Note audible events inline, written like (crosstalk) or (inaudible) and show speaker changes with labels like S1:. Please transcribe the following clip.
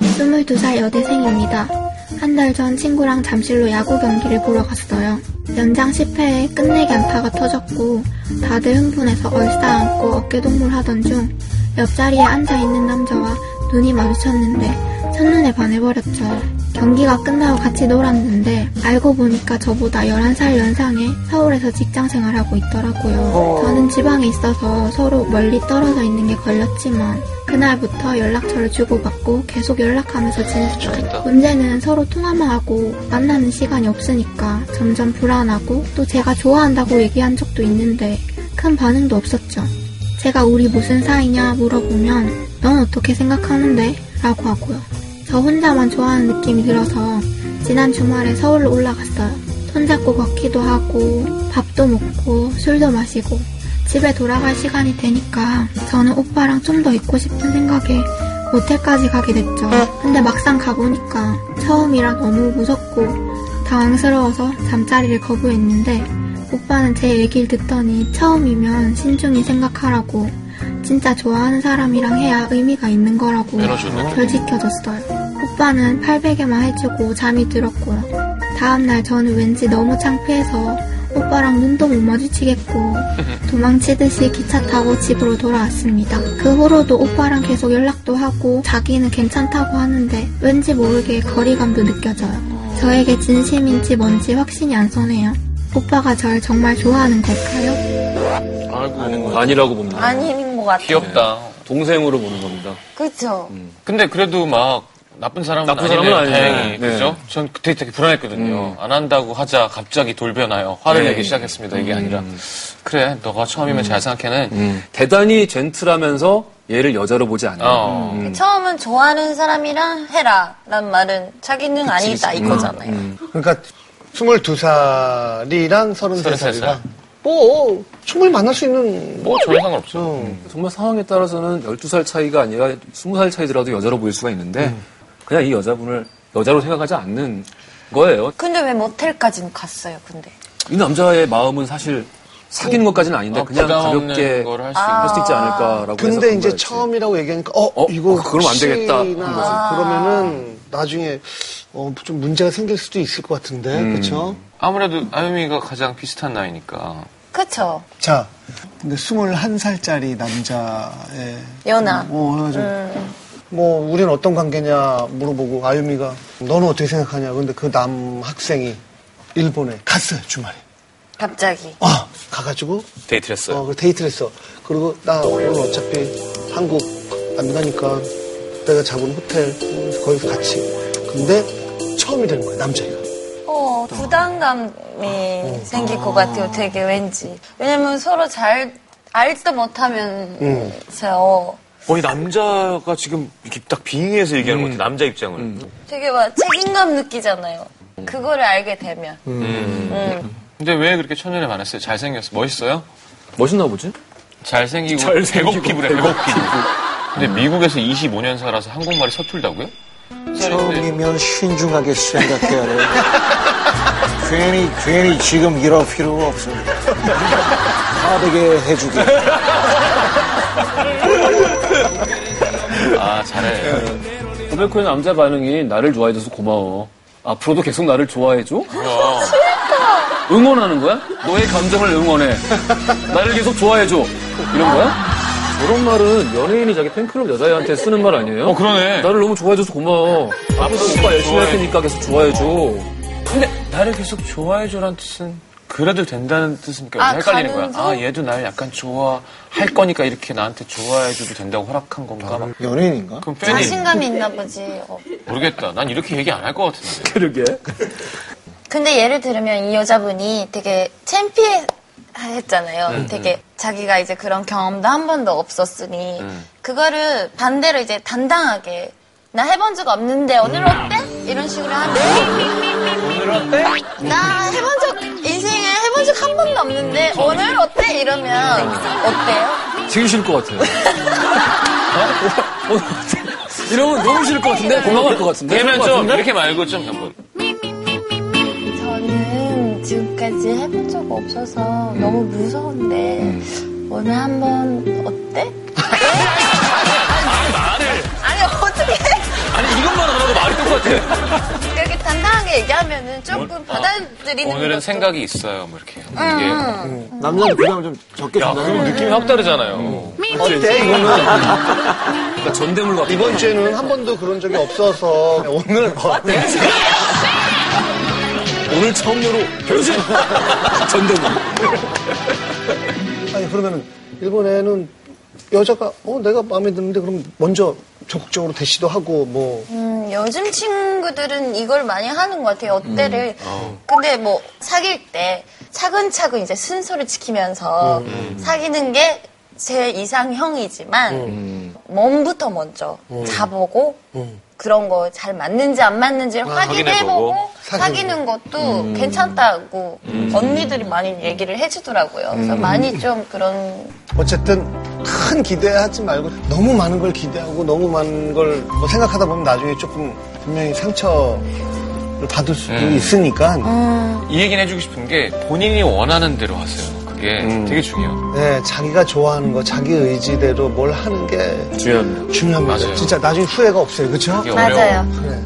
S1: 22살 여대생입니다. 한 달 전 친구랑 잠실로 야구 경기를 보러 갔어요. 연장 10회에 끝내기 안타가 터졌고 다들 흥분해서 얼싸안고 어깨동무를 하던 중 옆자리에 앉아있는 남자와 눈이 마주쳤는데 첫눈에 반해버렸죠. 경기가 끝나고 같이 놀았는데 알고 보니까 저보다 11살 연상에 서울에서 직장 생활하고 있더라고요. 저는 지방에 있어서 서로 멀리 떨어져 있는 게 걸렸지만 그날부터 연락처를 주고받고 계속 연락하면서 지냈어요. 문제는 서로 통화만 하고 만나는 시간이 없으니까 점점 불안하고 또 제가 좋아한다고 얘기한 적도 있는데 큰 반응도 없었죠. 제가 우리 무슨 사이냐 물어보면 넌 어떻게 생각하는데? 라고 하고요. 저 혼자만 좋아하는 느낌이 들어서 지난 주말에 서울로 올라갔어요. 손잡고 걷기도 하고 밥도 먹고 술도 마시고 집에 돌아갈 시간이 되니까 저는 오빠랑 좀 더 있고 싶은 생각에 모텔까지 가게 됐죠. 근데 막상 가보니까 처음이라 너무 무섭고 당황스러워서 잠자리를 거부했는데 오빠는 제 얘기를 듣더니 처음이면 신중히 생각하라고 진짜 좋아하는 사람이랑 해야 의미가 있는 거라고
S2: 음.
S3: 내려주네.
S2: 어?
S1: 덜 지켜줬어요. 오빠는 800에만 해주고 잠이 들었고요. 다음날 저는 왠지 너무 창피해서 오빠랑 눈도 못 마주치겠고 도망치듯이 기차 타고 집으로 돌아왔습니다. 그 후로도 오빠랑 계속 연락도 하고 자기는 괜찮다고 하는데 왠지 모르게 거리감도 느껴져요. 저에게 진심인지 뭔지 확신이 안 서네요. 오빠가 절 정말 좋아하는 걸까요?
S3: 아이고, 아니라고 봅니다.
S4: 아닌 것 같아요.
S3: 귀엽다.
S5: 동생으로 보는 겁니다.
S4: 그쵸?
S2: 네. 근데 그래도 막 나쁜 사람은
S5: 나쁜
S2: 아니네요.
S5: 사람은 아니에요.
S2: 다행히
S5: 네.
S2: 그죠? 전 그때 되게 불안했거든요. 안 한다고 하자 갑자기 돌변하여 화를 내기 시작했습니다. 이게 아니라 그래 너가 처음이면 잘 생각해는
S5: 대단히 젠틀하면서 얘를 여자로 보지 않아요.
S2: 어.
S4: 처음은 좋아하는 사람이랑 해라. 란 말은 자기는 아니다. 이거잖아요.
S6: 그러니까 22살이랑 33살이랑
S2: 33살.
S6: 뭐 충분히 만날 수 있는
S2: 뭐 전혀 상관없죠.
S6: 어.
S5: 정말 상황에 따라서는 12살 차이가 아니라 20살 차이더라도 여자로 보일 수가 있는데
S2: 음.
S5: 그냥 이 여자분을 여자로 생각하지 않는 거예요.
S4: 근데 왜 모텔까지는 갔어요, 근데?
S5: 이 남자의 마음은 사실 사귀는 것까지는 아닌데
S2: 아,
S5: 그냥
S2: 부담 없는
S5: 가볍게
S2: 걸 할 수
S5: 할 수 있지 않을까라고 해서
S6: 아. 근데
S5: 그런
S6: 이제
S5: 거였지.
S6: 처음이라고 얘기하니까 어,
S5: 어,
S6: 이거
S5: 어, 그럼 안 되겠다 한
S6: 혹시나
S5: 거지.
S6: 그러면은 나중에 어, 좀 문제가 생길 수도 있을 것 같은데
S5: 음.
S6: 그렇죠?
S2: 아무래도 아유미가 가장 비슷한 나이니까
S4: 그쵸?
S6: 자, 근데 21살짜리 남자의
S4: 연하. 음,
S6: 어, 해가지고 뭐 우린 어떤 관계냐 물어보고 아유미가 너는 어떻게 생각하냐 근데 그 남학생이 일본에 갔어요 주말에
S4: 갑자기.
S6: 아 가가지고
S5: 데이트를 했어요.
S6: 어, 그 데이트를 했어. 그리고 나 오늘 어차피 한국 안 가니까 내가 잡은 호텔 음, 거기서 같이. 근데 처음이 되는 거야 남자애가.
S4: 어, 부담감이 생길 것 같아요, 되게 왠지. 왜냐면 서로 잘, 알지도 못하면서
S7: 어, 이 남자가 지금 이렇게 딱 빙의해서
S2: 음.
S7: 얘기하는 것 같아, 남자 입장을.
S4: 되게 막 책임감 느끼잖아요. 그거를 알게 되면. 음.
S2: 근데 왜 그렇게 천년에 반했어요? 잘생겼어 멋있어요?
S5: 멋있나 보지? 어,
S2: 잘생기고
S5: 잘생기고
S2: 배고 피부래 배고 피부 근데 미국에서 25년 살아서 한국말이 서툴다고요?
S8: 처음이면 신중하게 생각해야 돼. (laughs) 괜히, 괜히 지금 이럴 필요가 없어. 화되게 해주게.
S2: 아 잘해
S5: 고백 후에 남자 반응이 나를 좋아해줘서 고마워. 앞으로도 계속 나를 좋아해줘? 응원하는 거야? 너의 감정을 응원해. 나를 계속 좋아해줘. 이런 거야? 저런 말은 연예인이 자기 팬클럽 여자애한테 쓰는 말 아니에요?
S2: 어 그러네
S5: 나를 너무 좋아해줘서 고마워. 앞으로 오빠 열심히 할 테니까 계속 좋아해줘.
S2: 근데 나를 계속 좋아해줘란 뜻은 그래도 된다는 뜻입니까?
S4: 아,
S2: 헷갈리는 거야.
S4: 가능성?
S2: 아, 얘도 날 약간 좋아할 거니까 이렇게 나한테 좋아해줘도 된다고 허락한 건가? 막.
S8: 연예인인가?
S2: 그럼 팬이
S4: 자신감이 있나 보지. 어.
S2: 모르겠다. 난 이렇게 얘기 안 할 것 같은데.
S5: 그러게.
S4: 근데 예를 들면 이 여자분이 되게 챔피했잖아요. 되게 자기가 이제 그런 경험도 한 번도 없었으니 그거를 반대로 이제 당당하게 나 해본 적 없는데 오늘 어때? 이런 식으로 하면 나 해본 적 인생에 해본 적 한 번도 없는데 오늘 어때? 이러면 어때요?
S5: 제일 싫을 것 같아요. 어? 어? 이러면 너무 싫을 것 같은데? 고마워할 것 같은데?
S2: 그러면 좀 이렇게 말고 좀뭐 한번.
S4: 저는 지금까지 해본 적 없어서 너무 무서운데 오늘 한번 어때? 아니 말을 아니 어떻게
S5: 아니, 이것만
S4: 부탁드리는
S2: 어, 오늘은
S4: 것도-
S2: 생각이 있어요. 뭐 이렇게. 이게.
S8: 남자는 부담을 좀 적게
S2: 야, 그럼
S8: 준다는
S5: 네.
S8: 거예요.
S2: 느낌이 확 다르잖아요.
S5: 음.
S6: 어때 이거는
S5: 그러니까 전대물 같은
S6: 이번 주에는 한 번도 그런 적이 없어서 오늘 뭐.
S5: 아,
S6: 어때?
S5: 네? 오늘 처음으로 변신 (laughs) 전대물
S6: 아니 그러면은 일본에는 여자가 어 내가 마음에 드는데 그럼 먼저 적극적으로 대시도 하고 뭐
S4: 음, 요즘 친구들은 이걸 많이 하는 것 같아요. 어때를. 근데 뭐 사귈 때 차근차근 이제 순서를 지키면서 사귀는 게 제 이상형이지만 음. 몸부터 먼저 자보고 그런 거 잘 맞는지 안 맞는지를 음. 아, 확인해보고
S2: 확인해보고.
S4: 사귀는 음. 것도 괜찮다고 언니들이 많이 얘기를 해주더라고요. 그래서 많이 좀 그런
S6: 어쨌든 큰 기대하지 말고 너무 많은 걸 기대하고 너무 많은 걸뭐 생각하다 보면 나중에 조금 분명히 상처를 받을 수도
S5: 음.
S6: 있으니까
S4: 음,
S2: 이 얘기는 해주고 싶은 게 본인이 원하는 대로 하세요. 그게
S5: 음.
S2: 되게 중요해요.
S6: 네, 자기가 좋아하는 거 자기 의지대로 뭘 하는 게
S5: 중요합니다
S6: 중요합니다.
S2: 맞아요.
S6: 진짜 나중에 후회가 없어요. 네. 그렇죠?
S2: 이게
S4: 맞아요.
S2: 어려워.
S6: 그래.